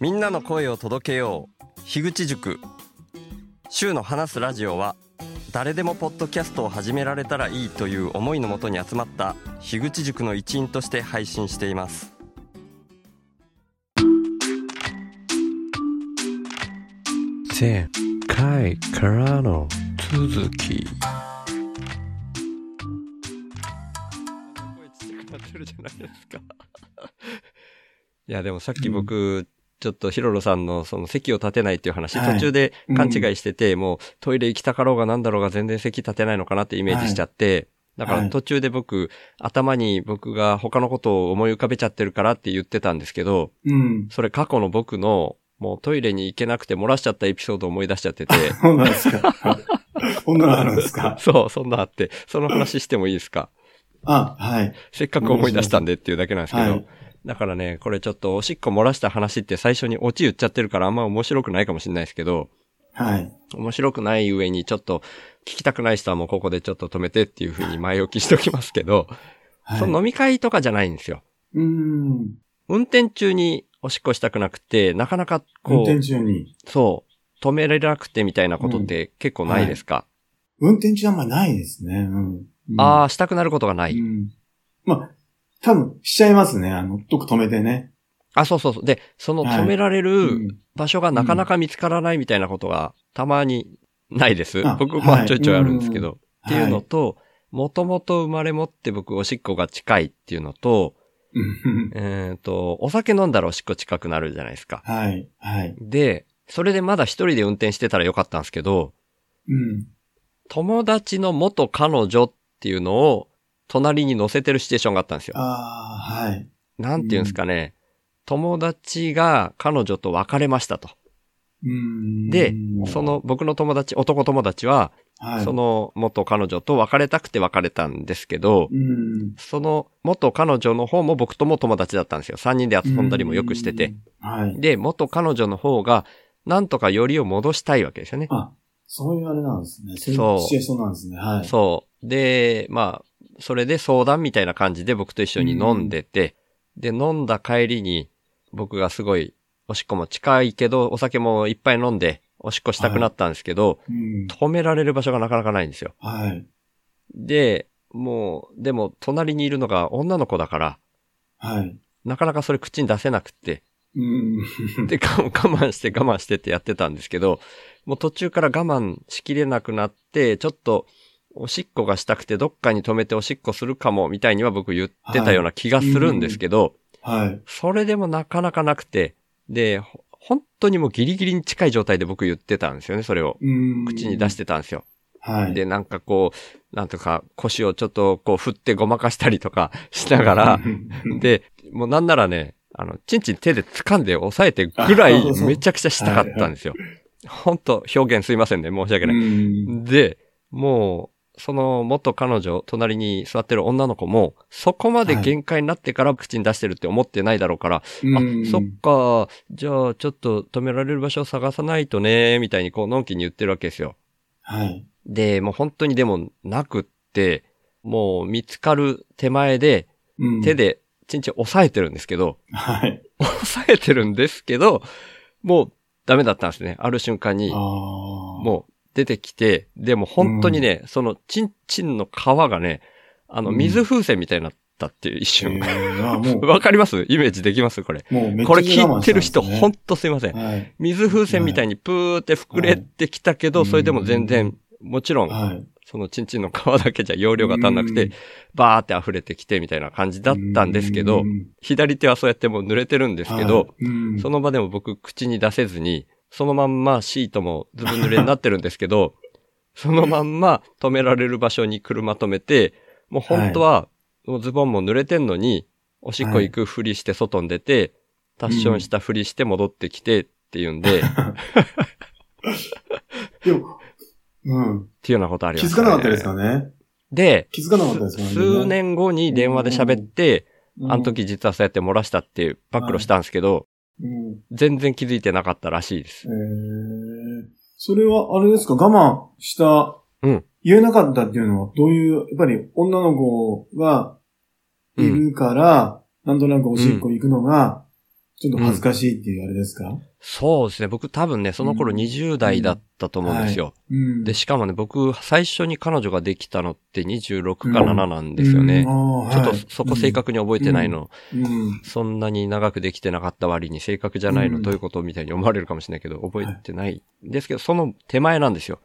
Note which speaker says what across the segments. Speaker 1: みんなの声を届けよう樋口塾週の話すラジオは誰でもポッドキャストを始められたらいいという思いのもとに集まった樋口塾の一員として配信しています
Speaker 2: 前回からの続き
Speaker 1: 声ちっちゃくなってるじゃないですかいやでもさっき僕ちょっとヒロロさんのその席を立てないっていう話、
Speaker 3: はい
Speaker 1: 途中で勘違いしてて、もうトイレ行きたかろうがなんだろうが全然席立てないのかなってイメージしちゃって、だか
Speaker 3: は
Speaker 1: ら
Speaker 3: い
Speaker 1: 途中で僕、頭に僕が他のことを思い浮かべちゃってるからって言ってたんですけど、
Speaker 3: うん。
Speaker 1: それ過去の僕の、もうトイレに行けなくて漏らしちゃったエピソードを思い出しちゃってて、
Speaker 3: そうなんですか。 こんなのあるんですか。
Speaker 1: そう、そんなあって、その話してもいいです か
Speaker 3: あ、はい。
Speaker 1: せっかく思い出したんでっていうだけなんですけど、
Speaker 3: はい。
Speaker 1: だからね、これちょっとおしっこ漏らした話って最初にオチ言っちゃってるからあんま面白くないかもしれないですけど、
Speaker 3: はい。
Speaker 1: 面白くない上にちょっと聞きたくない人はもうここでちょっと止めてっていう風に前置きしておきますけど、
Speaker 3: はい、
Speaker 1: その飲み会とかじゃないんですよ。
Speaker 3: うーん。
Speaker 1: 運転中におしっこしたくなくて、なかなか
Speaker 3: 運
Speaker 1: こ
Speaker 3: 転中に。
Speaker 1: う、そう、止められなくてみたいなことって結構ないですか、
Speaker 3: 運転中あんまないですね。うん。うん
Speaker 1: ああ、したくなることがない。
Speaker 3: うん。まあ、多分、しちゃいますね。あの、どこ止めてね。
Speaker 1: あ、そうそうそう。で、その
Speaker 3: はい
Speaker 1: 止められ
Speaker 3: う
Speaker 1: る。場所がなかなか見つからないみたいなことがたまにないです。
Speaker 3: あ
Speaker 1: 僕まあ
Speaker 3: はい
Speaker 1: ちょいちょいあるんですけど。っ
Speaker 3: は
Speaker 1: ていうのと、もともと生まれ持って僕おしっこが近いっていうのと、
Speaker 3: うん
Speaker 1: えっ、と、お酒飲んだらおしっこ近くなるじゃないですか。
Speaker 3: はい。はい。
Speaker 1: で、それでまだ一人で運転してたらよかったんですけど、
Speaker 3: うん。
Speaker 1: 友達の元彼女っていうのを隣に乗せてるシチュエーションがあったんですよ。
Speaker 3: ああ、はい。
Speaker 1: なんていうんですかね。友達が彼女と別れましたと。
Speaker 3: うーん。
Speaker 1: で、そ、の僕の友達、男友達は、
Speaker 3: はい。
Speaker 1: そ、の元彼女と別れたくて別れたんですけど、
Speaker 3: うん。
Speaker 1: その元彼女の方も僕とも友達だったんですよ。3人で遊んだりもよくしてて。
Speaker 3: うん。はい。
Speaker 1: で、元彼女の方が、なんとかよりを戻したいわけですよね。
Speaker 3: あ、そういうあれなんですね。そうい
Speaker 1: そう
Speaker 3: うシチュエーションなんですね。はい。
Speaker 1: そう。で、まあ、それで相談みたいな感じで僕と一緒に飲んでて、で、飲んだ帰りに、僕がすごい、おしっこも近いけど、お酒もいっぱい飲んで、おしっこしたくなったんですけど、
Speaker 3: うん。
Speaker 1: 止められる場所がなかなかないんですよ。
Speaker 3: はい。
Speaker 1: で、もう、でも、隣にいるのが女の子だから、
Speaker 3: はい。
Speaker 1: なかなかそれ口に出せなくって、
Speaker 3: うん。
Speaker 1: で、か 我慢して我慢してってやってたんですけど、もう途中から我慢しきれなくなって、ちょっと、おしっこがしたくてどっかに止めておしっこするかも、みたいには僕言ってたような気がするんですけど、
Speaker 3: はい。
Speaker 1: それでもなかなかなくて、で、ほ本当にもうギリギリに近い状態で僕言ってたんですよね、それを。
Speaker 3: うん。
Speaker 1: 口に出してたんですよ。
Speaker 3: はい。
Speaker 1: で、なんかこう、なんとか腰をちょっとこう振ってごまかしたりとか しながら、で、もうなんならね、あの、ちんちん手で掴んで押さえてぐら
Speaker 3: あそう
Speaker 1: い
Speaker 3: そう
Speaker 1: めちゃくちゃしたかったんですよ。ほんと、表現すいませんね、申し訳
Speaker 3: う
Speaker 1: ない。
Speaker 3: ん、
Speaker 1: で、もう、その元彼女、隣に座ってる女の子も、そこまで限界になってから口に出してるって思ってないだろうから、あ
Speaker 3: うん、
Speaker 1: そっか、じゃあちょっと止められる場所を探さないとね、みたいにこう、のんきに言ってるわけですよ。
Speaker 3: はい。
Speaker 1: で、もう本当にでもなくって、もう見つかる手前で、
Speaker 3: うん
Speaker 1: 手。でちんちん押さえてるんですけど、
Speaker 3: はい。
Speaker 1: 押さえてるんですけど、もうダメだったんですね。ある瞬間に
Speaker 3: あ、あ。
Speaker 1: もう出てきて、でも本当にね、そのちんちんの皮がね、あの、
Speaker 3: うん
Speaker 1: 水風船みたいになったっていう一
Speaker 3: え
Speaker 1: 瞬。
Speaker 3: ー あもう、
Speaker 1: わかりますイメージできますこれ。
Speaker 3: もうめっちゃ
Speaker 1: これ聞いてる人、
Speaker 3: 我慢し
Speaker 1: ほんとすいませ
Speaker 3: た
Speaker 1: ん。
Speaker 3: んですね
Speaker 1: 水風船みたいにプーって膨れてきたけど、
Speaker 3: はい
Speaker 1: それでも全然、もちろん、
Speaker 3: はい。はい。
Speaker 1: そのチンチンの皮だけじゃ容量が足んなくて、バーって溢れてきてみたいな感じだったんですけど
Speaker 3: う、ん、
Speaker 1: 左手はそうやってもう濡れてるんですけど、
Speaker 3: はい、うん
Speaker 1: その場でも僕口に出せずに、そのまんまシートもずぶ濡れになってるんですけ ど、そのまんま止められる場所に車止めて、もう本当は、もうズボンも濡れてんのに、おしっこ行くふりして外に出て、タッションしたふりして戻ってきてっていうんで、っ
Speaker 3: でも、うん。
Speaker 1: ていうようなことありま
Speaker 3: 気
Speaker 1: す、
Speaker 3: づかなかったですよね。
Speaker 1: で、
Speaker 3: 気づかなかったですよね。
Speaker 1: 数年後に電話で喋って、
Speaker 3: うん、
Speaker 1: あの時実はそうやって漏らしたって暴露したんですけど、
Speaker 3: うん。
Speaker 1: 全然気づいてなかったらしいです。
Speaker 3: えー、それは、あれですか、我慢した、
Speaker 1: うん
Speaker 3: 言えなかったっていうのは、どういう、やっぱり女の子がいるから、なんとなくおしっこ行くのが、ちょっと恥ずかしいっていうあれですか
Speaker 1: そうですね。僕多分ね、その頃
Speaker 3: うん
Speaker 1: 20代だったと思うんですよ。
Speaker 3: うん。
Speaker 1: で、しかもね、僕、最初に彼女ができたのって26か7なんですよ
Speaker 3: うん
Speaker 1: ね。
Speaker 3: あ
Speaker 1: ちょ
Speaker 3: ー
Speaker 1: っと
Speaker 3: はい
Speaker 1: そそこ正確に覚えてないの。
Speaker 3: うん。
Speaker 1: そんなに長くできてなかった割に正確じゃないの
Speaker 3: うん
Speaker 1: どういうことみたいに思われるかもしれないけど、覚えてないんですけど、その手前なんですよ。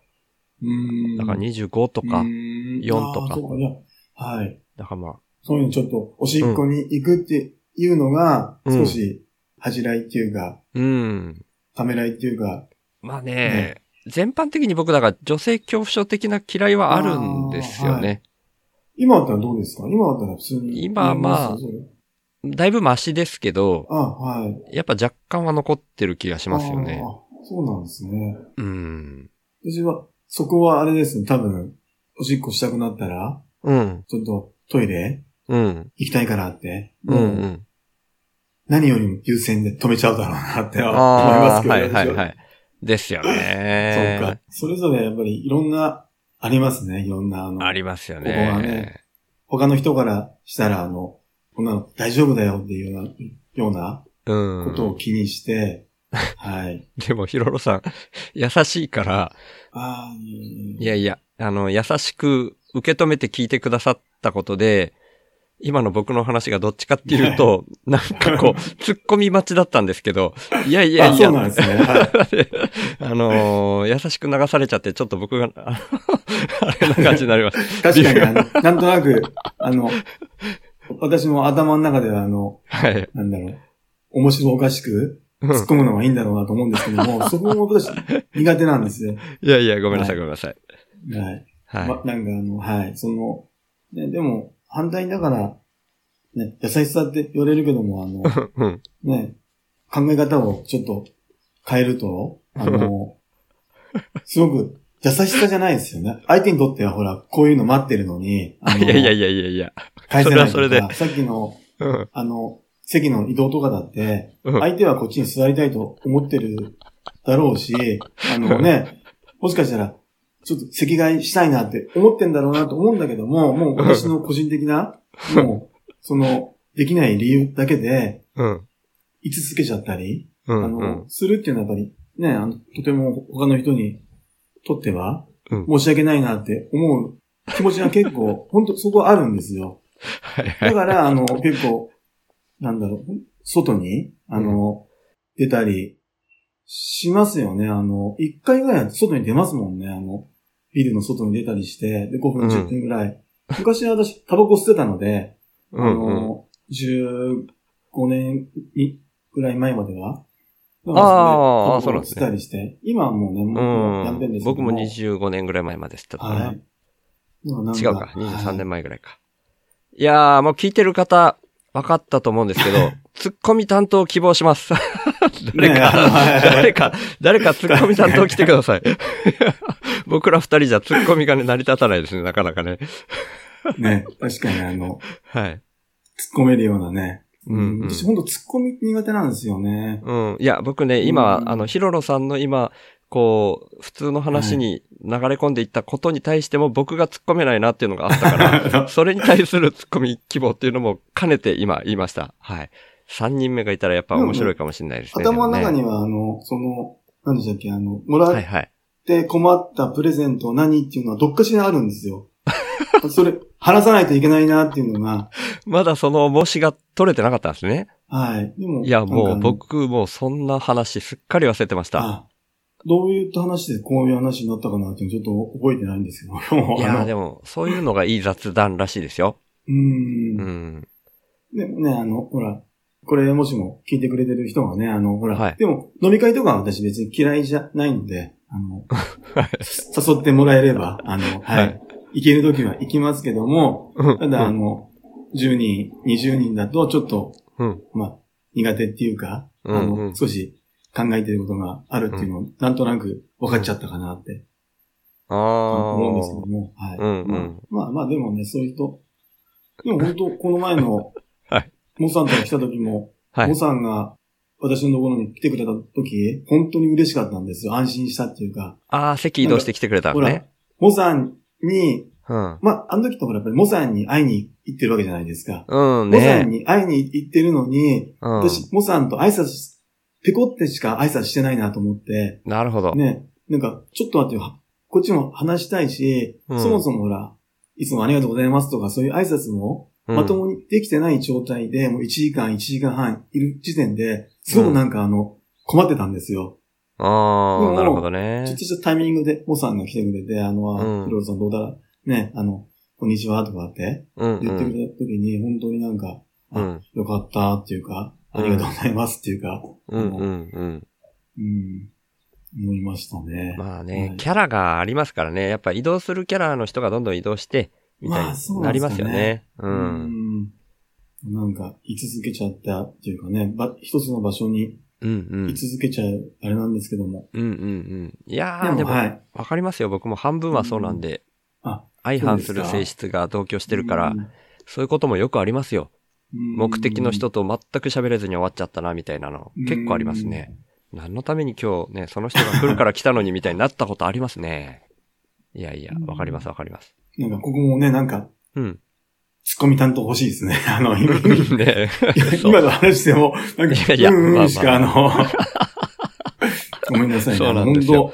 Speaker 3: うん。
Speaker 1: だから25とか、
Speaker 3: 4
Speaker 1: 4とか
Speaker 3: そうか、いや。はい。
Speaker 1: だからまあ、
Speaker 3: そういうのちょっと、おしっこに行くっていうのが、
Speaker 1: うん
Speaker 3: 少し恥じらいっていうか、
Speaker 1: うん。
Speaker 3: ためらいっていうか、
Speaker 1: まあね、全般的に僕、だから女性恐怖症的な嫌いはあるんですよね。
Speaker 3: 今だったらどうですか今だったら普通に。
Speaker 1: 今はまあ
Speaker 3: やりすよそれ
Speaker 1: だいぶマシですけど、
Speaker 3: あ、はい。
Speaker 1: やっぱ若干は残ってる気がしますよね
Speaker 3: あ。ー。そうなんですね。
Speaker 1: うん。
Speaker 3: 私は、そこはあれですね、多分、おしっこしたくなったら、
Speaker 1: うん。
Speaker 3: ちょっとトイレ
Speaker 1: うん。
Speaker 3: 行きたいからって、
Speaker 1: うん。う。
Speaker 3: もうん何よりも優先で止めちゃうだろうなって思いま
Speaker 1: あ
Speaker 3: す
Speaker 1: あ、
Speaker 3: けど。
Speaker 1: はいはい
Speaker 3: 私は
Speaker 1: はい。ですよね。
Speaker 3: そうか。それぞれやっぱりいろんな、ありますね。いろんな、あの、
Speaker 1: ありますよね。
Speaker 3: ここはね他の人からしたら、あの、こんなの大丈夫だよっていうような、ような
Speaker 1: う
Speaker 3: こと
Speaker 1: ん
Speaker 3: を。気にして、はい。
Speaker 1: でも、ひろろさん、優しいから、
Speaker 3: ああ、い
Speaker 1: いやいや、あの、優しく受け止めて聞いてくださったことで、今の僕の話がどっちかっていうと、なんかこ う、突っ込み待ちだったんですけど、いやいや
Speaker 3: あ、
Speaker 1: い
Speaker 3: そ
Speaker 1: や
Speaker 3: う、なんですね。はい。
Speaker 1: あのー優しく流されちゃって、ちょっと僕が、あの あれな感じになりました。
Speaker 3: 確かに、あの、なんとな く、あの、私も頭の中では、あの、
Speaker 1: はい。
Speaker 3: なんだろう、面白おかしく
Speaker 1: うん
Speaker 3: 突っ込むのがいいんだろうなと思うんですけ ども、そこも私苦手なんですよ。
Speaker 1: いやいや、ごめんなさい、
Speaker 3: は
Speaker 1: ご
Speaker 3: い
Speaker 1: めんなさい。
Speaker 3: はい。
Speaker 1: はい。
Speaker 3: ま、なんかあの、はい、その、ね、でも、反対だから、ね、優しさって言われるけども、あの、
Speaker 1: うん。
Speaker 3: ね、考え方をちょっと変えると、あ の、すごく優しさじゃないですよね。相手にとってはほら、こういうの待ってるのに、あの
Speaker 1: いやいやいやいやいや。
Speaker 3: 返せないと
Speaker 1: それはそれ
Speaker 3: か、さっきの、
Speaker 1: うん。
Speaker 3: あの、席の移動とかだって、
Speaker 1: うん
Speaker 3: 相手はこっちに座りたいと思ってるだろうし、あ のね、もしかしたら、ちょっと席替えしたいなって思ってんだろうなと思うんだけども、もう私の個人的 な、もう、その、できない理由だけで、
Speaker 1: うん。
Speaker 3: 居続けちゃったり、
Speaker 1: う
Speaker 3: あ
Speaker 1: ん。う
Speaker 3: の
Speaker 1: ん、。
Speaker 3: するっていうのはやっぱり、ね、あの、とても他の人にとっては
Speaker 1: うん、
Speaker 3: 申し訳ないなって思う気持ちが結構、本当そこはあるんですよ。
Speaker 1: はいは
Speaker 3: だ
Speaker 1: い。
Speaker 3: から、あの、結構、なんだろう、外に、あの、出たりしますよね。あの、一回ぐらいは外に出ますもんね。あの、ビルの外に出たりして、で、5
Speaker 1: う
Speaker 3: 分、
Speaker 1: ん
Speaker 3: 10分ぐらい。昔は私、タバコ吸ってたので、
Speaker 1: う
Speaker 3: あ
Speaker 1: んうん。
Speaker 3: の、15年にぐらい前までは。
Speaker 1: あー
Speaker 3: タバコ
Speaker 1: そうなんですね
Speaker 3: 吸ったりして、今はもうね、もうやめてん
Speaker 1: う
Speaker 3: で
Speaker 1: ん。
Speaker 3: すけど
Speaker 1: 僕も25年ぐらい前までしたからね。
Speaker 3: はい。でもなん
Speaker 1: 違うか。23
Speaker 3: はい
Speaker 1: 年前ぐらいか。いやー、もう聞いてる方、分かったと思うんですけ ど、ツッコミ担当希望します。誰
Speaker 3: ね
Speaker 1: か、
Speaker 3: はい
Speaker 1: 誰か、誰かツッコミ担当来てください。 僕ら二人じゃツッコミがね、成り立たないですね、なかなかね。
Speaker 3: ね、確かにあの、
Speaker 1: はい。
Speaker 3: 突っ込めるようなね。
Speaker 1: うんうん
Speaker 3: 私ほんと突っ込み苦手なんですよ ね。
Speaker 1: うん。いや、僕ね、今、
Speaker 3: うん
Speaker 1: あの、ヒロロさんの今、こう、普通の話に流れ込んでいったことに対しても僕が突っ込めないなっていうのがあったから、それに対する突っ込み希望っていうのも兼ねて今言いました。はい。3人目がいたらやっぱ面白いかもしれないですね。
Speaker 3: 頭の中
Speaker 1: で
Speaker 3: には、あの、その、何でしたっけ、あの、も
Speaker 1: もね。
Speaker 3: ら
Speaker 1: はい
Speaker 3: っ
Speaker 1: はい。
Speaker 3: て困ったプレゼント何っていうのはどっかしらあるんで すよ。それ、話さないといけないなっていうのが、
Speaker 1: まだその申しが取れてなかったんですね。
Speaker 3: はい。でも、
Speaker 1: いや、も
Speaker 3: な
Speaker 1: うん
Speaker 3: かあの、
Speaker 1: 僕もうそんな話すっかり忘れてました。
Speaker 3: あどういった話でこういう話になったかなっていうのちょっと覚えてないんですけど。
Speaker 1: いや、
Speaker 3: あの
Speaker 1: でも、そういうのがいい雑談らしいですよ。
Speaker 3: うーん
Speaker 1: う。ん。
Speaker 3: でもね、あの、ほら、これもしも聞いてくれてる人がね、あの、ほら、
Speaker 1: はい
Speaker 3: でも飲み会とかは私別に嫌いじゃないので、あの、さ誘ってもらえれば、あの、は
Speaker 1: は
Speaker 3: い。
Speaker 1: い
Speaker 3: 行けるときは行きますけども、
Speaker 1: うん
Speaker 3: ただ、あの、10人、20人だとちょっと、
Speaker 1: うん
Speaker 3: まあ、苦手っていうか、あの、
Speaker 1: うんうん
Speaker 3: 少し考えてることがあるっていうのを、なんとなく分かっちゃったかなって
Speaker 1: あ
Speaker 3: 思うんですけ
Speaker 1: あ
Speaker 3: ど。も、はい。
Speaker 1: うんう
Speaker 3: まあ
Speaker 1: ん。、
Speaker 3: まあまあでもね、そういう人。でも本当、この前の
Speaker 1: はい
Speaker 3: モさんと来た時も、
Speaker 1: はい
Speaker 3: モ。さんが私のところに来てくれた時、本当に嬉しかったんですよ。安心したっていうか。
Speaker 1: ああ、席移動してきてくれた
Speaker 3: ほ
Speaker 1: の
Speaker 3: ら
Speaker 1: ね。、
Speaker 3: モさんに、
Speaker 1: うん。
Speaker 3: まあ、あの時とほら、やっぱりモさんに会いに行ってるわけじゃないですか。
Speaker 1: うん
Speaker 3: モさん
Speaker 1: ね。
Speaker 3: に会いに行ってるのに、
Speaker 1: うん。
Speaker 3: 私、モさんと挨拶し、ペコってしか挨拶してないなと思って、
Speaker 1: なるほど。
Speaker 3: ね、なんか、ちょっと待ってよ。こっちも話したいし、
Speaker 1: うん
Speaker 3: そもそもほら、いつもありがとうございますとか、そういう挨拶も、
Speaker 1: うん
Speaker 3: まともにできてない状態で、もう1時間、1時間半いる時点で、すごくなんかあの、困ってたんですよ。
Speaker 1: あ
Speaker 3: う
Speaker 1: あ、
Speaker 3: ん
Speaker 1: なるほど
Speaker 3: ちょっ
Speaker 1: ね。
Speaker 3: としたタイミングで、モさんが来てくれて、あの、
Speaker 1: うん
Speaker 3: ヒロさんどうだね、あの、こんにちはとかって
Speaker 1: うんう
Speaker 3: 言ってく
Speaker 1: ん。
Speaker 3: れた時に、本当になんか、
Speaker 1: う
Speaker 3: あ
Speaker 1: ん。
Speaker 3: よかったっていうか、
Speaker 1: うん
Speaker 3: ありがとうございますっていうか、
Speaker 1: うんうんうん。
Speaker 3: うん、思いましたね。
Speaker 1: まあね
Speaker 3: は、い
Speaker 1: キャラがありますからね。やっぱ移動するキャラの人がどんどん移動して、みたい
Speaker 3: まあそ
Speaker 1: に
Speaker 3: う
Speaker 1: な
Speaker 3: なん
Speaker 1: り
Speaker 3: です
Speaker 1: ま
Speaker 3: よね
Speaker 1: すよね。う。
Speaker 3: うんん。なんか、居続けちゃったっていうかね、ば一つの場所に
Speaker 1: うんう
Speaker 3: 居
Speaker 1: ん。
Speaker 3: 続けちゃう、あれなんですけども。
Speaker 1: うんうんうん。いやー、
Speaker 3: で
Speaker 1: で
Speaker 3: も、
Speaker 1: も、
Speaker 3: は
Speaker 1: わ
Speaker 3: い。
Speaker 1: かりますよ。僕も半分はそうなんで
Speaker 3: うんあ。
Speaker 1: 相反する
Speaker 3: そう
Speaker 1: 性
Speaker 3: です
Speaker 1: 質が同居してるから
Speaker 3: うん、、
Speaker 1: そういうこともよくありますよ。
Speaker 3: 目
Speaker 1: 目的の人と全く喋れずに終わっちゃったな、みたいなの。結構ありますね。。何のために今日ね、その人が来るから来たのにみたいになったことありますね。いやいや
Speaker 3: う、ん
Speaker 1: わかりますわかります。
Speaker 3: うんなんか、ここもね、なんか、
Speaker 1: うん。
Speaker 3: ツッコミ担当欲しいですね。 あの、今
Speaker 1: ねそう
Speaker 3: 今の話でも、なん
Speaker 1: い
Speaker 3: か、
Speaker 1: やいや
Speaker 3: うん
Speaker 1: まあま
Speaker 3: う
Speaker 1: あ
Speaker 3: んしか、あの、 ごめんなさいね。
Speaker 1: そうなんですよ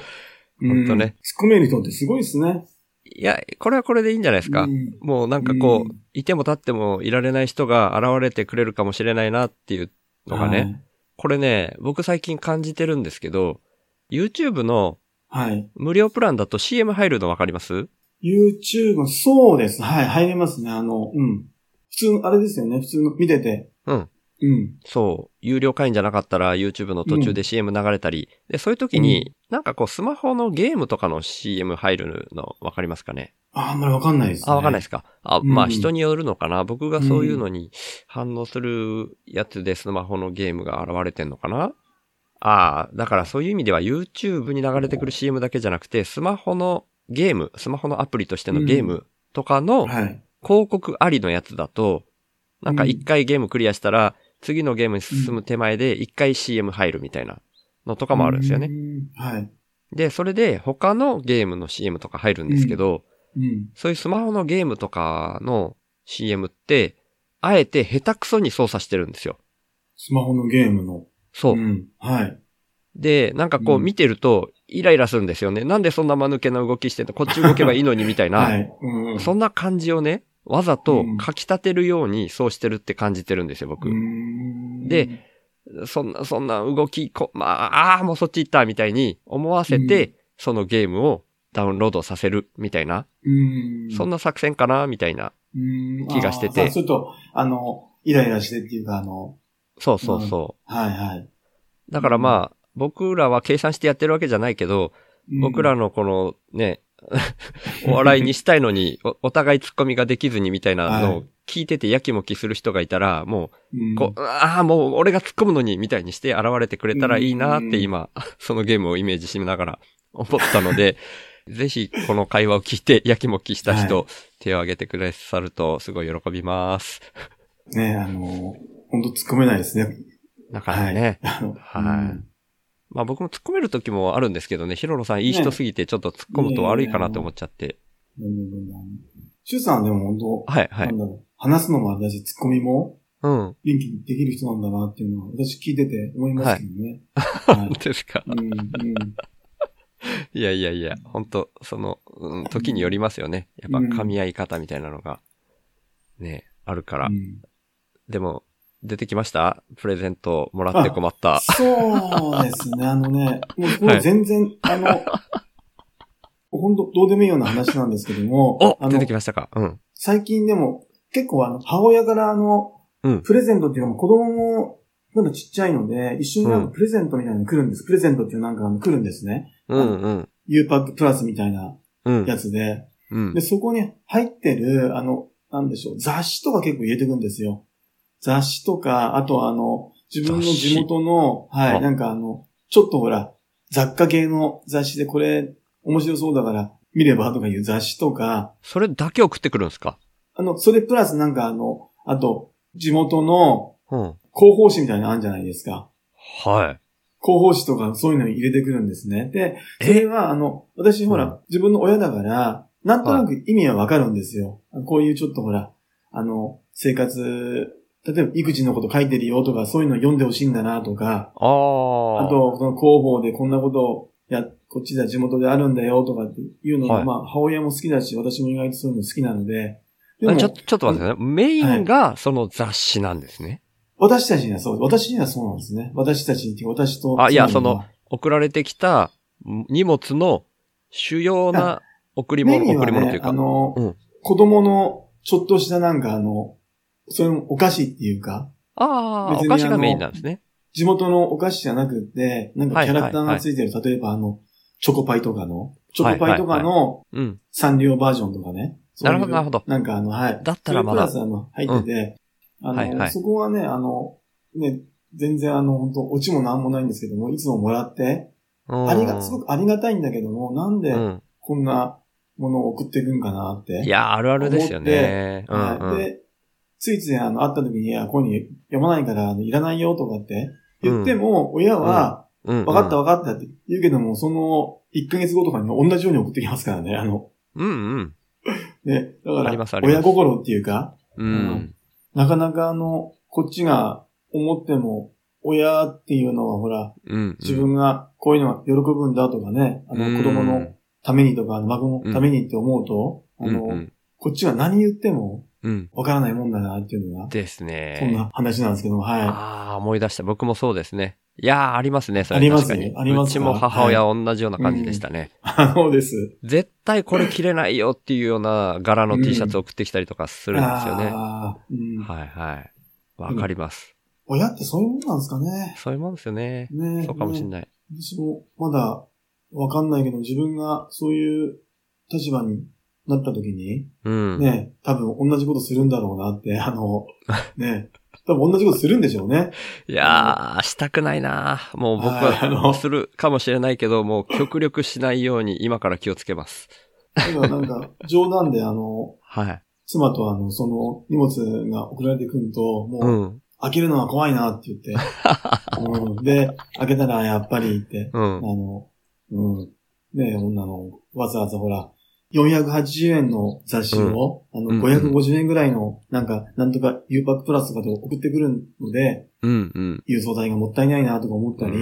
Speaker 3: 本当。
Speaker 1: 本当ね
Speaker 3: うん。突っ込める人ってすごいですね。
Speaker 1: いや、これはこれでいいんじゃないですか
Speaker 3: う。ん
Speaker 1: もうなんかこ
Speaker 3: う、
Speaker 1: うんいても立ってもいられない人が現れてくれるかもしれないなっていうのがね、。これね、僕最近感じてるんですけど、YouTube の
Speaker 3: はい。はい
Speaker 1: 無料プランだと CM 入るのわかります
Speaker 3: YouTube、そうです。はい、入れますね。あの、うん。普通の、あれですよね。普通の、見てて。
Speaker 1: うん。
Speaker 3: うん。
Speaker 1: そう、有料会員じゃなかったら YouTube の途中で CM 流れたり、で、そういう時に、なんかこうスマホのゲームとかの CM 入るのわかりますかね
Speaker 3: ああんまりわかんないです、ね。。
Speaker 1: あ、わかんないですすか。あ、
Speaker 3: うん
Speaker 1: まあ人によるのかな。僕がそういうのに反応するやつでスマホのゲームが現れてんのかなああ、だからそういう意味では YouTube に流れてくる CM だけじゃなくて、スマホのゲーム、スマホのアプリとしてのゲームとかの
Speaker 3: はい。
Speaker 1: 広告ありのやつだと、なんか一回ゲームクリアしたら、次のゲームに進む手前で一回 CM 入るみたいなのとかもあるんですよね。
Speaker 3: うん。はい。
Speaker 1: で、それで他のゲームの CM とか入るんですけど、
Speaker 3: うん。
Speaker 1: そういうスマホのゲームとかの CM って、あえて下手くそに操作してるんですよ。
Speaker 3: スマホのゲームの。
Speaker 1: そう。
Speaker 3: ん。はい。
Speaker 1: で、なんかこう
Speaker 3: うん
Speaker 1: 見てると、イライラするんですよね。なんでそんな間抜けな動きしてんのこっち動けばいいのにみたいな。
Speaker 3: はい。うん。
Speaker 1: そんな感じをね、わざと
Speaker 3: うん
Speaker 1: かき立てるようにそうしてるって感じてるんですよ、僕。
Speaker 3: うん
Speaker 1: で、そんな、そんな動き、こまあ、ああー、もうそっち行った、みたいに思わせて、そのゲームをダウンロードさせる、みたいな。
Speaker 3: うん。
Speaker 1: そんな作戦かな、みたいな。
Speaker 3: うん
Speaker 1: 気がしてて
Speaker 3: あーそうすると、あの、イライラしてっていうか、あの、
Speaker 1: そうそうそう。
Speaker 3: はいはい。
Speaker 1: だからまあ、僕らは計算してやってるわけじゃないけど、
Speaker 3: うん
Speaker 1: 僕らのこのね、お笑いにしたいの にお、お互い突っ込みができずにみたいなの
Speaker 3: は
Speaker 1: を聞いててやきもきする人がいたら、も
Speaker 3: うん
Speaker 1: う、こう、ああ、もう俺が突っ込むのにみたいにして現れてくれたらいいなって今、 そのゲームをイメージしながら思ったの で、ぜひこの会話を聞いてやきもきした人、手を挙げてくださるとすごい喜びます。
Speaker 3: ね、あの、本当突っ込めないですね。
Speaker 1: だからね、
Speaker 3: あの
Speaker 1: はい
Speaker 3: うん
Speaker 1: まあ僕も突っ込める時もあるんですけどね、ヒロロさんいい人すぎてちょっと突っ込むと悪いかなって思っちゃって。
Speaker 3: なんだろうなシュウさんはでも本当、
Speaker 1: はいは
Speaker 3: ないん。だろう、話すのもあれだし、ツッコミも
Speaker 1: うん。
Speaker 3: 元気にできる人なんだなっていうのは、私聞いてて思いますけどね。は
Speaker 1: 本当ですか。
Speaker 3: い。うん、うん。
Speaker 1: いやいやいや、本当その、うん、時によりますよね。やっぱ噛み合い方みたいなのが、ね、あるから
Speaker 3: う。ん
Speaker 1: でも、出てきましたプレゼントもらって困った。
Speaker 3: そうですね、あのね、もうこれ全然、あの、本当どうでもいいような話なんですけども、
Speaker 1: お
Speaker 3: あ
Speaker 1: 出
Speaker 3: の
Speaker 1: てき、ましたかうん。
Speaker 3: 最近でも、結構あの、母親からあの、
Speaker 1: うん
Speaker 3: プレゼントっていうか、子供も、まだちっちゃいので、一緒になん
Speaker 1: う
Speaker 3: かプレゼントみたいなの来るんです。プレゼントっていうなんかあの来るんですね。
Speaker 1: うんうん。
Speaker 3: U パックプラスみたいな
Speaker 1: うん
Speaker 3: や。つで。
Speaker 1: うん
Speaker 3: で、。そこに入ってる、あの、なんでしょう、雑誌とか結構入れてくんですよ。雑誌とか、あとあの、自分の
Speaker 1: 雑誌
Speaker 3: 地元の、
Speaker 1: あ
Speaker 3: はい、なんかあの、ちょっとほら、雑貨系の雑誌でこれ面白そうだから見ればとかいう雑誌とか、
Speaker 1: それだけ送ってくるんですか
Speaker 3: あの、それプラスなんかあの、あと、地元の
Speaker 1: うん。
Speaker 3: 広報誌みたいなのあるんじゃないですか。
Speaker 1: はい。
Speaker 3: 広報誌とかそういうのに入れてくるんですね。で、それはあの、私ほ
Speaker 1: うん
Speaker 3: ら、自分の親だから、なんとなく意味はわかるんですよ。こういうちょっとほら、あの、生活、例えば育児のこと書いてるよとか、そういうの読んでほしいんだなとか、
Speaker 1: ああ。
Speaker 3: あ、と、その広報でこんなことをや、こっちでは地元であるんだよとかっていうのが、
Speaker 1: はい
Speaker 3: まあ、母親も好きだし、私も意外とそういうの好きなので、で
Speaker 1: あ
Speaker 3: も
Speaker 1: ちょ、ちょっと待ってくださいね。メインがその雑誌なんですね。
Speaker 3: 私たちにはそう、私にはそうなんですね。私たちにっていうか、私と。
Speaker 1: あいや
Speaker 3: 妻には
Speaker 1: 送られてきたん荷物の主要な贈り
Speaker 3: メ
Speaker 1: 物、
Speaker 3: ニュー
Speaker 1: 贈
Speaker 3: は
Speaker 1: り物とい
Speaker 3: ね
Speaker 1: う、か。
Speaker 3: あの、
Speaker 1: うん
Speaker 3: 子供のちょっとしたなんかあの、そういうお菓子っていうか、
Speaker 1: ああ、
Speaker 3: 別
Speaker 1: お
Speaker 3: に
Speaker 1: 菓子
Speaker 3: あ
Speaker 1: が
Speaker 3: の
Speaker 1: メインなんですね。
Speaker 3: 地元のお菓子じゃなくて、なんかキャラクターがついてる、例えばあの、チョコパイとかの、チョコパイとかの
Speaker 1: うん。
Speaker 3: サンリオバージョンとかね。そうい
Speaker 1: なる
Speaker 3: う
Speaker 1: ほどなるほど
Speaker 3: なんかあの、はい。
Speaker 1: だったらまだ
Speaker 3: そういうクラスあの、入ってて、あの、
Speaker 1: はいはい
Speaker 3: そこはね、あの、ね、全然あの、本当オチもなんもないんですけども、いつももらって、
Speaker 1: うん
Speaker 3: ありが、すごくありがたいんだけども、なんで
Speaker 1: うん。
Speaker 3: こんなものを送っていくんかなって。
Speaker 1: いや、あるあるですよね。うん
Speaker 3: はい
Speaker 1: うん。
Speaker 3: で、ついついあの、会った時に、いや、こういうの読まないから、あのいらないよとかって言っても、親は、
Speaker 1: うんうん
Speaker 3: 分かった分かったって言うけども、その、1ヶ月後とかに同じように送ってきますからね、あの、
Speaker 1: うん
Speaker 3: ね、だ
Speaker 1: あり
Speaker 3: か
Speaker 1: ますあ
Speaker 3: ら、
Speaker 1: ります
Speaker 3: 親心っていうか、
Speaker 1: うん。うん。
Speaker 3: なかなかあの、こっちが思っても、親っていうのはほら、
Speaker 1: うん。
Speaker 3: 自分がこういうのは喜ぶんだとかね、あの、子供のためにとか、あの孫のためにって思うと、
Speaker 1: うん、
Speaker 3: あの、
Speaker 1: うん
Speaker 3: こっちは何言っても
Speaker 1: うん。うん。
Speaker 3: 分からないもんだなっていうのが、
Speaker 1: です
Speaker 3: そん
Speaker 1: ね。
Speaker 3: な話なんですけども、はい。
Speaker 1: ああ、思い出した。僕もそうですね。いやー、ありますね、それ
Speaker 3: あります
Speaker 1: 確かに
Speaker 3: ありま
Speaker 1: う
Speaker 3: すか
Speaker 1: ちも母親同じような感じでしたね。
Speaker 3: あのです。
Speaker 1: 絶対これ着れないよっていうような柄の T シャツ送ってきたりとかするんですよね。
Speaker 3: あーうん
Speaker 1: はいはい。わかります。
Speaker 3: 親ってそういうもんなんですかね。
Speaker 1: そういうもんですよね。
Speaker 3: ね
Speaker 1: そうかもしん
Speaker 3: い。
Speaker 1: ない。
Speaker 3: 私もまだわかんないけど、自分がそういう立場になった時に、
Speaker 1: うん。
Speaker 3: ね、多分同じことするんだろうなって、 あの、ね、多分同じことするんでしょうね。
Speaker 1: いやー、したくないなーもう僕
Speaker 3: はいあ
Speaker 1: は
Speaker 3: の
Speaker 1: するかもしれないけど、もう極力しないように今から気をつけます。
Speaker 3: だからなんか、冗談であの、
Speaker 1: はい。
Speaker 3: 妻とあの、その荷物が送られてくると、
Speaker 1: う
Speaker 3: もう、
Speaker 1: ん。
Speaker 3: 開けるのは怖いなって言って、 うんで、開けたらやっぱりって、
Speaker 1: うん
Speaker 3: あ。の、うん。ねえ、女の、わざわざほら、480円の雑誌を、あ
Speaker 1: うん
Speaker 3: の、550円ぐらいの、なんか、なんとか U パックプラスとかで送ってくるので、
Speaker 1: うん。うん。
Speaker 3: 郵送代がもったいないなとか思ったり、
Speaker 1: う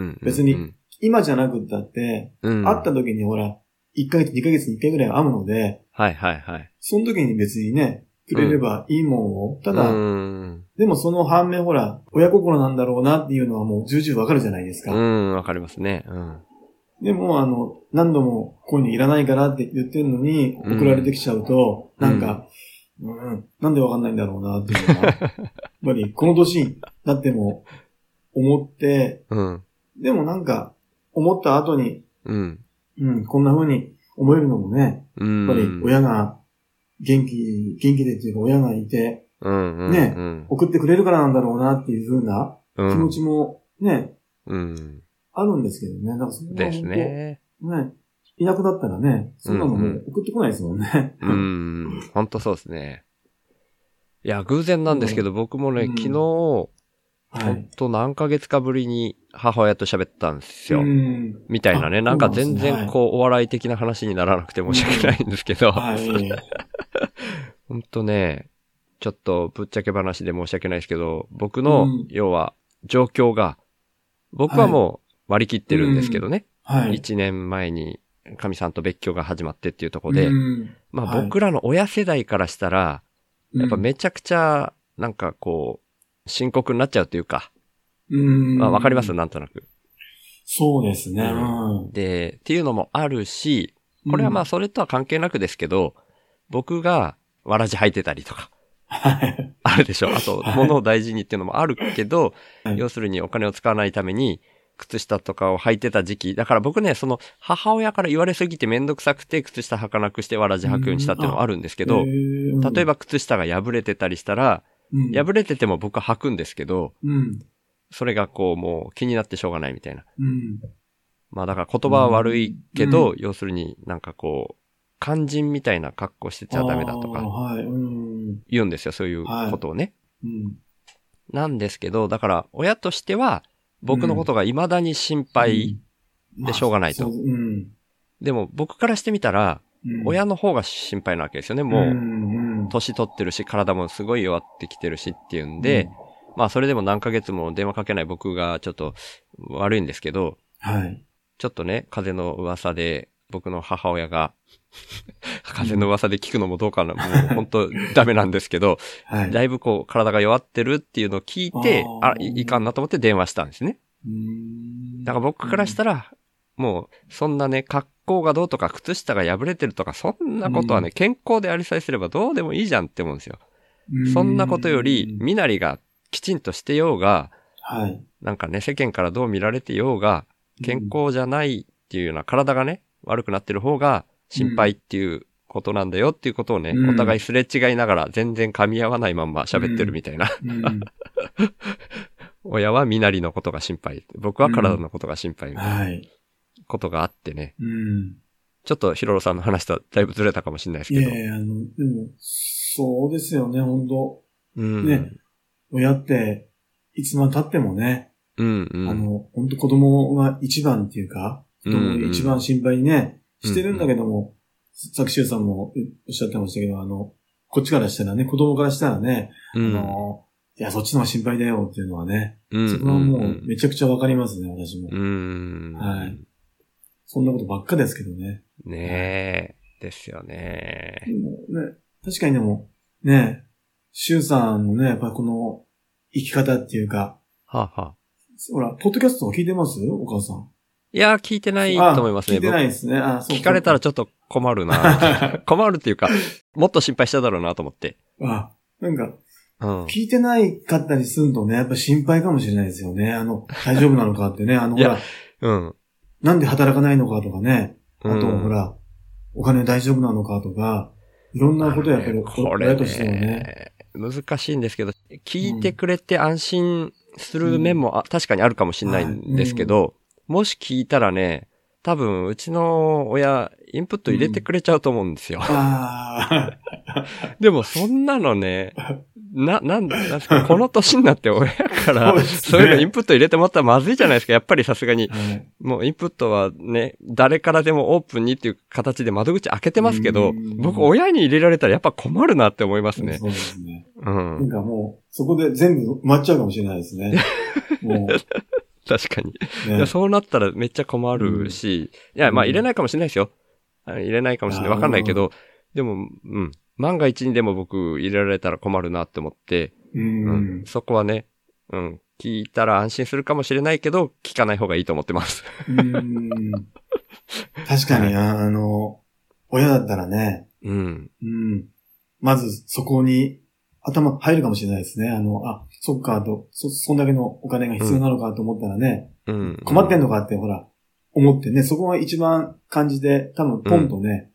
Speaker 1: ん
Speaker 3: 別に、今じゃなくったって、
Speaker 1: うん。
Speaker 3: 会った時にほら、1ヶ月、2ヶ月に1回ぐらいは会うので、
Speaker 1: はいはいはい。
Speaker 3: その時に別にね、くれればいいもんを、ただ、
Speaker 1: うん。
Speaker 3: でもその反面ほら、親心なんだろうなっていうのはもう重々わかるじゃないですか。
Speaker 1: うん、わかりますね。うん。
Speaker 3: でも、あの、何度もこういうのいらないからって言ってんのに、
Speaker 1: うん
Speaker 3: 送られてきちゃうと、
Speaker 1: うん
Speaker 3: なんか、うん、なんでわかんないんだろうな、っていう のは、やっぱり、この年になっても、思って、
Speaker 1: うん。
Speaker 3: でもなんか、思った後に、
Speaker 1: うん。
Speaker 3: うん、こんな風に思えるのもね、
Speaker 1: うん。
Speaker 3: やっぱり親が、元気、元気でっていうか親がいて、
Speaker 1: うん。うん。
Speaker 3: ね
Speaker 1: うん。
Speaker 3: 送ってくれるからなんだろうなっていう風な
Speaker 1: うん
Speaker 3: 気持ちもね、
Speaker 1: うん。
Speaker 3: あるんですけどね。だからそこは
Speaker 1: ですね。
Speaker 3: ね、いなくなったらね、そんなのもう送ってこないですもんね。
Speaker 1: うん。ほんとそうですね。いや、偶然なんですけど、僕もね
Speaker 3: う、ん
Speaker 1: 昨日、
Speaker 3: は
Speaker 1: ほん。と何ヶ月かぶりに母親と喋ったんですよ
Speaker 3: う。ん。
Speaker 1: みたいなね。
Speaker 3: あ
Speaker 1: なんか
Speaker 3: そうな
Speaker 1: 全
Speaker 3: んですね
Speaker 1: 然こう、お笑い的な話にならなくて申し訳ないんですけど、
Speaker 3: はい。
Speaker 1: ほんとね、ちょっとぶっちゃけ話で申し訳ないですけど、僕
Speaker 3: う
Speaker 1: の
Speaker 3: ん、
Speaker 1: 要は、状況が、僕はもう割り切ってるんですけどね。
Speaker 3: はい。
Speaker 1: 1年前に、神さんと別居が始まってっていうところで、
Speaker 3: うん
Speaker 1: ま
Speaker 3: は
Speaker 1: あ
Speaker 3: い
Speaker 1: 僕らの親世代からしたら、やっぱめちゃくちゃ、なんかこう、深刻になっちゃうというか、
Speaker 3: うん。
Speaker 1: まあわかりますなんとなく。
Speaker 3: そうですね。
Speaker 1: うん
Speaker 3: うん
Speaker 1: で、っていうのもあるし、これはまあ、それとは関係なくですけど、僕がわらじ履いてたりとか、
Speaker 3: はい。
Speaker 1: あるでしょ。あと、
Speaker 3: はい
Speaker 1: 物を大事にっていうのもあるけど、
Speaker 3: はい
Speaker 1: 要するにお金を使わないために、靴下とかを履いてた時期。だから僕ね、その、母親から言われすぎてめんどくさくて、靴下履かなくしてわらじ履くようにしたっていうのもあるんですけど、例え
Speaker 3: ば、
Speaker 1: ば靴下が破れてたりしたら、
Speaker 3: うん
Speaker 1: 破れてても僕は履くんですけど、
Speaker 3: うん。
Speaker 1: それがこうもう気になってしょうがないみたいな。
Speaker 3: うん。
Speaker 1: まあだから言葉は悪いけど、
Speaker 3: う
Speaker 1: 要するになんかこう、肝心みたいな格好してちゃダメだと
Speaker 3: あー
Speaker 1: か
Speaker 3: はい。うん。
Speaker 1: 言うんですよ、そういうことをね。
Speaker 3: うん。
Speaker 1: なんですけど、だから親としては僕のことが未だに心配、
Speaker 3: うん。
Speaker 1: でしょうがないと
Speaker 3: まあそううん。
Speaker 1: でも僕からしてみたら、
Speaker 3: うん
Speaker 1: 親の方が心配なわけですよね、
Speaker 3: う
Speaker 1: も
Speaker 3: んうん
Speaker 1: 年取ってるし、体もすごい弱ってきてるしっていうんで、まあそれでも何ヶ月も電話かけない僕がちょっと悪いんですけど、
Speaker 3: うん、はい。
Speaker 1: ちょっとね、風の噂で、僕の母親が、 風の噂で聞くのもどうかな、もう本当ダメなんですけど、
Speaker 3: はい。
Speaker 1: だいぶこう体が弱ってるっていうのを聞いて、
Speaker 3: あー
Speaker 1: あい、いかんなと思って電話したんですね。
Speaker 3: うーん
Speaker 1: だから僕からしたら、もう、そんなね、格好がどうとか、靴下が破れてるとか、そんなことはね、健康でありさえすればどうでもいいじゃんって思うんですよ。
Speaker 3: うー
Speaker 1: そんなことより、身なりがきちんとしてようが、
Speaker 3: はい。
Speaker 1: なんかね、世間からどう見られてようが、健康じゃないっていうような体がね、悪くなってる方が心配っていうことなんだよっていうことをね、
Speaker 3: うん
Speaker 1: お互いすれ違いながら全然噛み合わないまんま喋ってるみたいな。
Speaker 3: うん。うん
Speaker 1: 親は身なりのことが心配。僕は体のことが心配。
Speaker 3: はい。
Speaker 1: ことがあってね。
Speaker 3: うん。
Speaker 1: ちょっとヒロロさんの話とはだいぶずれたかもしれないです
Speaker 3: い
Speaker 1: け
Speaker 3: や
Speaker 1: ど。
Speaker 3: いや、あの、でも、そうですよね、本当
Speaker 1: うん。
Speaker 3: ね親って、いつまで経ってもね、
Speaker 1: うんう
Speaker 3: あ
Speaker 1: ん。
Speaker 3: の、本当子供が一番っていうか、子供が一番心配にね、
Speaker 1: うん
Speaker 3: してるんだけども、作詞さんもえおっしゃってましたけど、あの、こっちからしたらね、子供からしたらね、
Speaker 1: う
Speaker 3: あ
Speaker 1: ん。
Speaker 3: の、いや、そっちの方が心配だよっていうのはね、
Speaker 1: うん
Speaker 3: そこはもうめちゃくちゃわかりますね、私も
Speaker 1: う。ん。
Speaker 3: はいそんなことばっかですけどね。
Speaker 1: ねえ。ですよね
Speaker 3: で。もね、確かにでも、ね、シュウさんのね、やっぱりこの生き方っていうか、
Speaker 1: はあ、はあ、
Speaker 3: ほら、ポッドキャスト聞いてますお母さん。
Speaker 1: いやー、聞いてないと思いますね。
Speaker 3: あ聞いてないですね。あ、そう
Speaker 1: 聞かれたら
Speaker 3: そ
Speaker 1: ちょっと困る な困るっていうか、もっと心配しただろうなと思って。
Speaker 3: うかあ、なんか、
Speaker 1: うん。
Speaker 3: 聞いてないかったりするとね、やっぱ心配かもしれないですよね。あの、大丈夫なのかってね。あの、ほ
Speaker 1: いや
Speaker 3: ら、
Speaker 1: うん。
Speaker 3: なんで働かないのかとかね。あと、
Speaker 1: うん
Speaker 3: ほら、お金大丈夫なのかとか、いろんなことやっぱり、
Speaker 1: こ
Speaker 3: 親
Speaker 1: れ
Speaker 3: としてもね。
Speaker 1: ね、難しいんですけど、聞いてくれて安心する面も、あ確かにあるかもしれないんですけど、もし聞いたらね、多分、うちの親、インプット入れてくれちゃうと思うんですよ。
Speaker 3: あ
Speaker 1: でも、そんなの ね、な、なんなんですか、この年になって親から、
Speaker 3: そうです
Speaker 1: そ
Speaker 3: ね
Speaker 1: ういうのインプット入れてもらったらまずいじゃないですか。やっぱりさすがに
Speaker 3: あ、はい。
Speaker 1: もうインプットはね、誰からでもオープンにっていう形で窓口開けてますけど
Speaker 3: うん、
Speaker 1: 僕親に入れられたらやっぱ困るなって思いますね。
Speaker 3: そうですね。
Speaker 1: う。
Speaker 3: なんんかもう、そこで全部埋まっちゃうかもしれないで すね。もう、
Speaker 1: 確かに。い
Speaker 3: ね
Speaker 1: や。そうなったらめっちゃ困るし、いや、まあ入れないかもしれないですよ。あ入れないかもしれない。わかんないけど、でも、うん。万が一にでも僕入れられたら困るなって思って、
Speaker 3: う
Speaker 1: うんん。。そこはね、うん。聞いたら安心するかもしれないけど、聞かない方がいいと思ってます。
Speaker 3: うん確かに、ああの、親だったらね、
Speaker 1: うん。
Speaker 3: うん。まずそこに頭入るかもしれないですね。あの、あ、そっか、と、そ、そんだけのお金が必要なのかと思ったらね、
Speaker 1: うん。
Speaker 3: 困ってんのかって、ほら、思ってね、そこが一番感じで、多分ポンとね、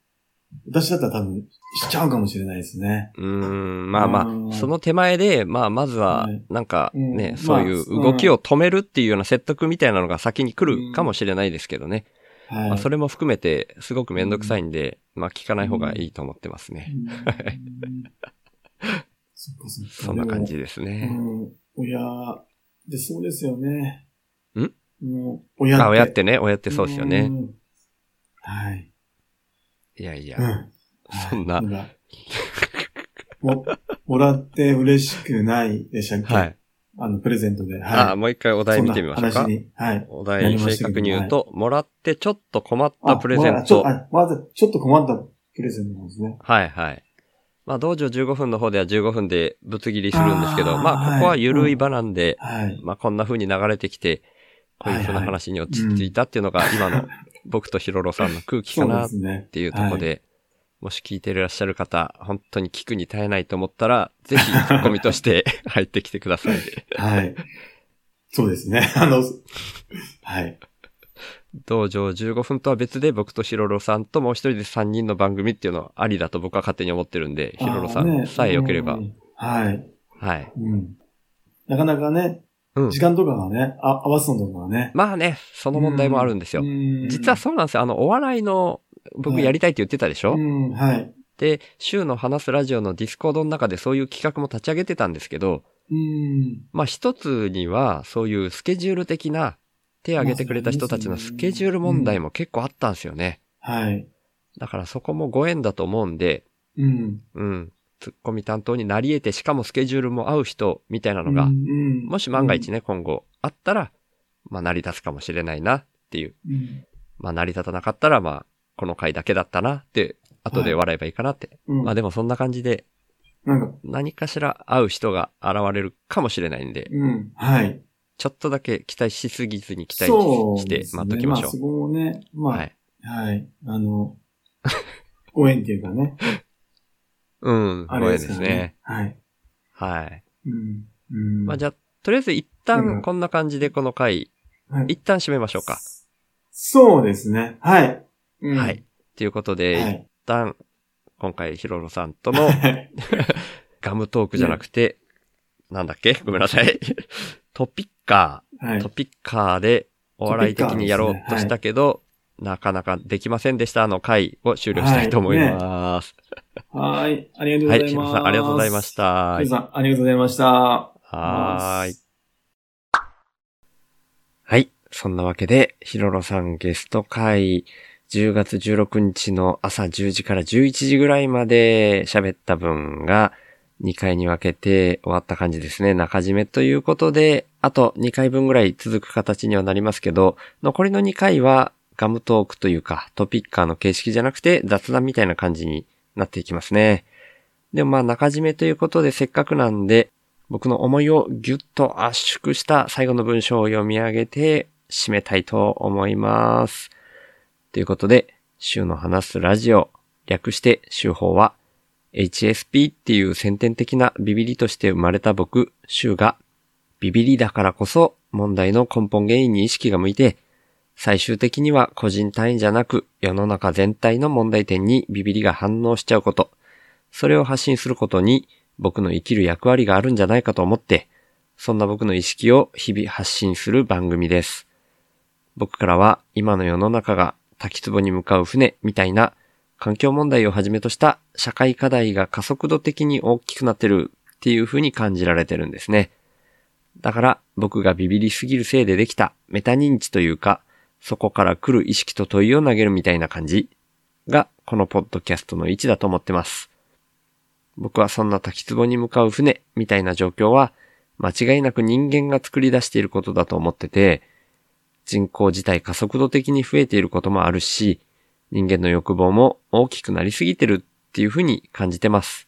Speaker 3: 私だったら多分しちゃうかもしれないですね。
Speaker 1: うーん、まあま
Speaker 3: うん
Speaker 1: あ、その手前で、まあまずは
Speaker 3: はい、
Speaker 1: なんかね、
Speaker 3: うん
Speaker 1: そういう
Speaker 3: まあ
Speaker 1: 動きを止めるっていうような説得みたいなのが先に来るかもしれないですけどね。
Speaker 3: はい。
Speaker 1: まあそれも含めて、すごくめんどくさいんで、まあ聞かない方がいいと思ってますね。
Speaker 3: うんそっかそっか。
Speaker 1: そんな感じです
Speaker 3: で
Speaker 1: ね。
Speaker 3: も。うん。親でそうですよね。
Speaker 1: ん
Speaker 3: もう親って。
Speaker 1: あ、親ってね、親ってそうですよね。
Speaker 3: ん。はい。
Speaker 1: いやいや
Speaker 3: う、ん。
Speaker 1: そんな、
Speaker 3: 今も、 もらって嬉しくないでしたっけ
Speaker 1: はい。
Speaker 3: あの、プレゼントで。はい。
Speaker 1: あ、もう一回お題見てみましょう
Speaker 3: そん
Speaker 1: か
Speaker 3: な話。に。はい。
Speaker 1: お
Speaker 3: な
Speaker 1: 題
Speaker 3: りまし
Speaker 1: 正
Speaker 3: たけど
Speaker 1: 確に言うと、もらってちょっと困ったプレゼン
Speaker 3: あち
Speaker 1: ト
Speaker 3: ょっと。あまず、ちょっと困ったプレゼントなんですね。
Speaker 1: はいはい。まあ、道場15分の方では15分でぶつ切りするんですけど、
Speaker 3: あー
Speaker 1: まあ、ここは緩い場なんで、
Speaker 3: はい。
Speaker 1: まあ、こんな風に流れてきて、こういう風な話に落ち着いたっていうのが、今の僕とヒロロさんの空気か
Speaker 3: そう
Speaker 1: な
Speaker 3: で
Speaker 1: っ
Speaker 3: すね。
Speaker 1: ていうところで、もし聞いていらっしゃる方、本当に聞くに耐えないと思ったら、ぜひ、ツッコミとして 入ってきてくださいね。
Speaker 3: はい。そうですね。 あの、はい。
Speaker 1: 道場15分とは別で、僕とヒロロさんともう一人で3人の番組っていうのはありだと僕は勝手に思ってるんで、ヒロロさ
Speaker 3: あー
Speaker 1: ん
Speaker 3: ね
Speaker 1: さえ良ければ
Speaker 3: う。んはい。
Speaker 1: はい。
Speaker 3: うん。なかなかね、
Speaker 1: うん
Speaker 3: 時間とかがね、あ合わすのとかがね。
Speaker 1: まあね、その問題もあるんですよ。実はそうなんですよ。あの、お笑いの、
Speaker 3: は
Speaker 1: 僕
Speaker 3: い
Speaker 1: やりたいって言ってたでしょ、
Speaker 3: うん、はい。
Speaker 1: で、週の話すラジオのディスコードの中でそういう企画も立ち上げてたんですけど、
Speaker 3: うん。
Speaker 1: まあ一つには、そういうスケジュール的な、手を挙げてくれた人たちのスケジュール問題も結構あったんですよね。
Speaker 3: はい。
Speaker 1: だからそこもご縁だと思うんで、
Speaker 3: うん。
Speaker 1: うん。ツッコミ担当になり得て、しかもスケジュールも合う人みたいなのが、も
Speaker 3: も
Speaker 1: し万が一ね、今後あったら、まあ成り立つかもしれないなっていう。
Speaker 3: うん、
Speaker 1: まあ成り立たなかったら、まあ、この回だけだったなって、後で笑えばいいかなって。
Speaker 3: うん
Speaker 1: まあでもそんな感じで、
Speaker 3: なんか、
Speaker 1: 何かしら会う人が現れるかもしれないんで、
Speaker 3: うん、はい。
Speaker 1: ちょっとだけ期待しすぎずに期待
Speaker 3: そう
Speaker 1: し
Speaker 3: で
Speaker 1: て
Speaker 3: すね
Speaker 1: 待っときましょ。
Speaker 3: あ、そうこもね、まあ、
Speaker 1: は
Speaker 3: はい、
Speaker 1: い。
Speaker 3: あの、 ご縁っていうかね、
Speaker 1: うん、
Speaker 3: あ
Speaker 1: ご
Speaker 3: れ
Speaker 1: め
Speaker 3: で
Speaker 1: ん
Speaker 3: す
Speaker 1: で
Speaker 3: から
Speaker 1: す
Speaker 3: ね。
Speaker 1: ね。
Speaker 3: はい。
Speaker 1: はい。
Speaker 3: うん。うん、
Speaker 1: まあじ
Speaker 3: ゃ
Speaker 1: ゃあ、とりあえず一
Speaker 3: うん
Speaker 1: 旦こんな感じでこの回、
Speaker 3: はい
Speaker 1: 一旦締めましょうか。
Speaker 3: そうですね。はい。うん
Speaker 1: はい。。ということ
Speaker 3: は
Speaker 1: で、一
Speaker 3: い。
Speaker 1: 旦、今回ヒロロさんとの
Speaker 3: はい
Speaker 1: ガムトークじゃなくて、なんだっけごめんなさい。トピッカ
Speaker 3: は
Speaker 1: ー。ト
Speaker 3: い。
Speaker 1: ピッカーでお笑い的にやろうとしたけど、なかなかできませんでしたあの回を終了したいと思います。
Speaker 3: はい。ありがとうご
Speaker 1: は
Speaker 3: ざ
Speaker 1: い、
Speaker 3: い
Speaker 1: ヒロ
Speaker 3: ま
Speaker 1: ロ
Speaker 3: す。
Speaker 1: さんありがとうございまし。た
Speaker 3: 皆。さん、ありがとうございました。
Speaker 1: はーい。。はい。そんなわけで、ひろろさんゲスト会、10月16日の朝10時から11時ぐらいまで喋った分が2回に分けて終わった感じですね。中締めということで、あと2回分ぐらい続く形にはなりますけど、残りの2回はガムトークというかトピッカーの形式じゃなくて雑談みたいな感じになっていきますね。でもまあ中締めということでせっかくなんで、僕の思いをギュッと圧縮した最後の文章を読み上げて締めたいと思います。ということで、週の話すラジオ、略して週報は、HSP っていう先天的なビビリとして生まれた僕、週が、ビビリだからこそ問題の根本原因に意識が向いて、最終的には個人単位じゃなく世の中全体の問題点にビビリが反応しちゃうこと、それを発信することに僕の生きる役割があるんじゃないかと思って、そんな僕の意識を日々発信する番組です。僕からは今の世の中が滝壺に向かう船みたいな環境問題をはじめとした社会課題が加速度的に大きくなってるっていう風に感じられてるんですね。だから僕がビビりすぎるせいでできたメタ認知というか、そこから来る意識と問いを投げるみたいな感じがこのポッドキャストの位置だと思ってます。僕はそんな滝壺に向かう船みたいな状況は間違いなく人間が作り出していることだと思ってて、人口自体加速度的に増えていることもあるし、人間の欲望も大きくなりすぎてるっていうふうに感じてます。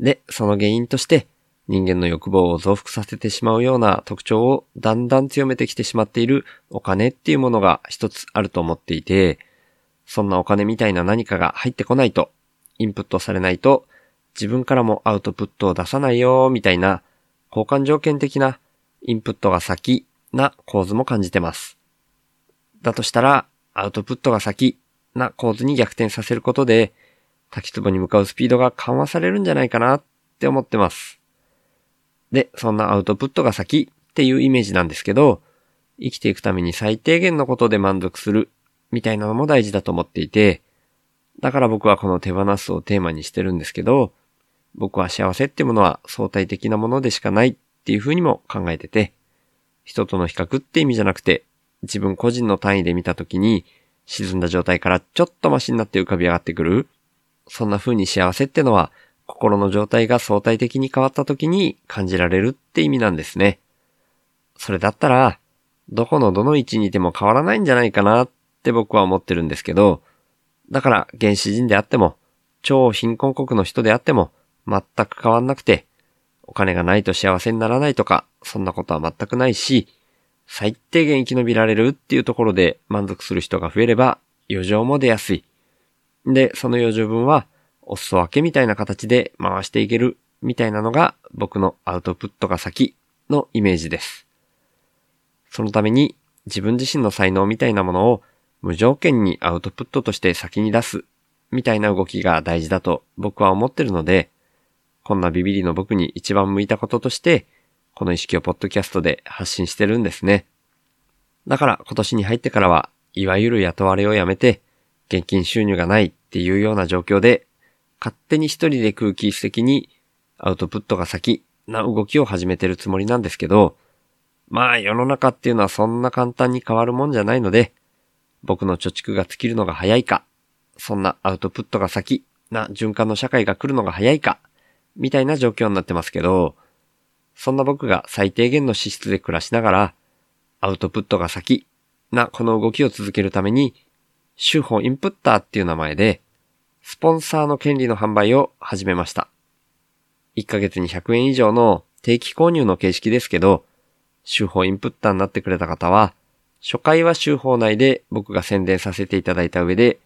Speaker 1: で、その原因として人間の欲望を増幅させてしまうような特徴をだんだん強めてきてしまっているお金っていうものが一つあると思っていて、そんなお金みたいな何かが入ってこないと、インプットされないと自分からもアウトプットを出さないよーみたいな交換条件的なインプットが先な構図も感じてます。だとしたらアウトプットが先な構図に逆転させることで滝壺に向かうスピードが緩和されるんじゃないかなって思ってます。で、そんなアウトプットが先っていうイメージなんですけど、生きていくために最低限のことで満足するみたいなのも大事だと思っていて、だから僕はこの手放すをテーマにしてるんですけど、僕は幸せってものは相対的なものでしかないっていうふうにも考えてて、人との比較って意味じゃなくて、自分個人の単位で見たときに、沈んだ状態からちょっとマシになって浮かび上がってくる。そんな風に幸せってのは、心の状態が相対的に変わったときに感じられるって意味なんですね。それだったら、どこのどの位置にいても変わらないんじゃないかなって僕は思ってるんですけど、だから原始人であっても、超貧困国の人であっても、全く変わんなくて、お金がないと幸せにならないとか、そんなことは全くないし、最低限生き延びられるっていうところで満足する人が増えれば、余剰も出やすい。で、その余剰分は、お裾分けみたいな形で回していける、みたいなのが僕のアウトプットが先のイメージです。そのために自分自身の才能みたいなものを無条件にアウトプットとして先に出すみたいな動きが大事だと僕は思ってるので、こんなビビリの僕に一番向いたこととして、この意識をポッドキャストで発信してるんですね。だから今年に入ってからは、いわゆる雇われをやめて、現金収入がないっていうような状況で、勝手に一人で空気一石にアウトプットが先な動きを始めてるつもりなんですけど、まあ世の中っていうのはそんな簡単に変わるもんじゃないので、僕の貯蓄が尽きるのが早いか、そんなアウトプットが先な循環の社会が来るのが早いか、みたいな状況になってますけど、そんな僕が最低限の資質で暮らしながら、アウトプットが先なこの動きを続けるために、手法インプッターっていう名前で、スポンサーの権利の販売を始めました。1ヶ月に100円以上の定期購入の形式ですけど、手法インプッターになってくれた方は、初回は手法内で僕が宣伝させていただいた上で、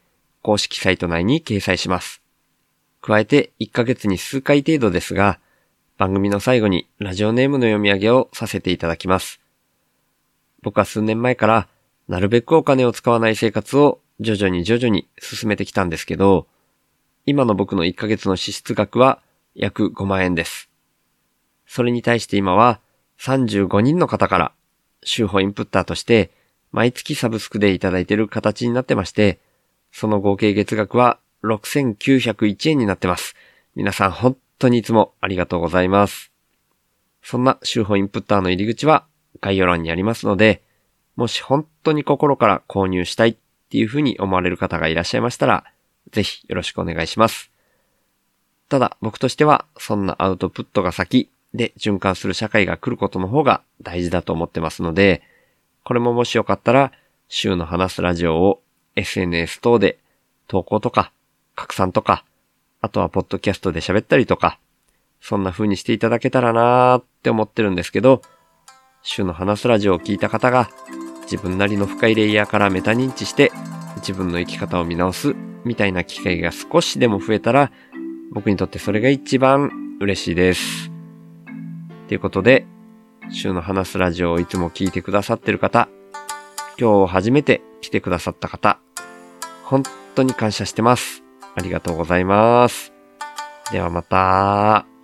Speaker 1: 公式サイト内に掲載します。加えて1ヶ月に数回程度ですが、番組の最後にラジオネームの読み上げをさせていただきます。僕は数年前から、なるべくお金を使わない生活を徐々に徐々に進めてきたんですけど、今の僕の1ヶ月の支出額は約5万円です。それに対して今は35人の方から、週報インプッターとして、毎月サブスクでいただいている形になってまして、その合計月額は6901円になってます。皆さん本当にいつもありがとうございます。そんな週報インプッターの入り口は概要欄にありますので、もし本当に心から購入したいっていうふうに思われる方がいらっしゃいましたら、ぜひよろしくお願いします。ただ僕としては、そんなアウトプットが先で循環する社会が来ることの方が大事だと思ってますので、これももしよかったら、週の話すラジオを SNS 等で投稿とか、拡散とか、あとはポッドキャストで喋ったりとか、そんな風にしていただけたらなーって思ってるんですけど、週の話すラジオを聞いた方が、自分なりの深いレイヤーからメタ認知して、自分の生き方を見直す、みたいな機会が少しでも増えたら、僕にとってそれが一番嬉しいです。ということで、週の話すラジオをいつも聞いてくださってる方、今日初めて来てくださった方、本当に感謝してます。ありがとうございます。ではまた。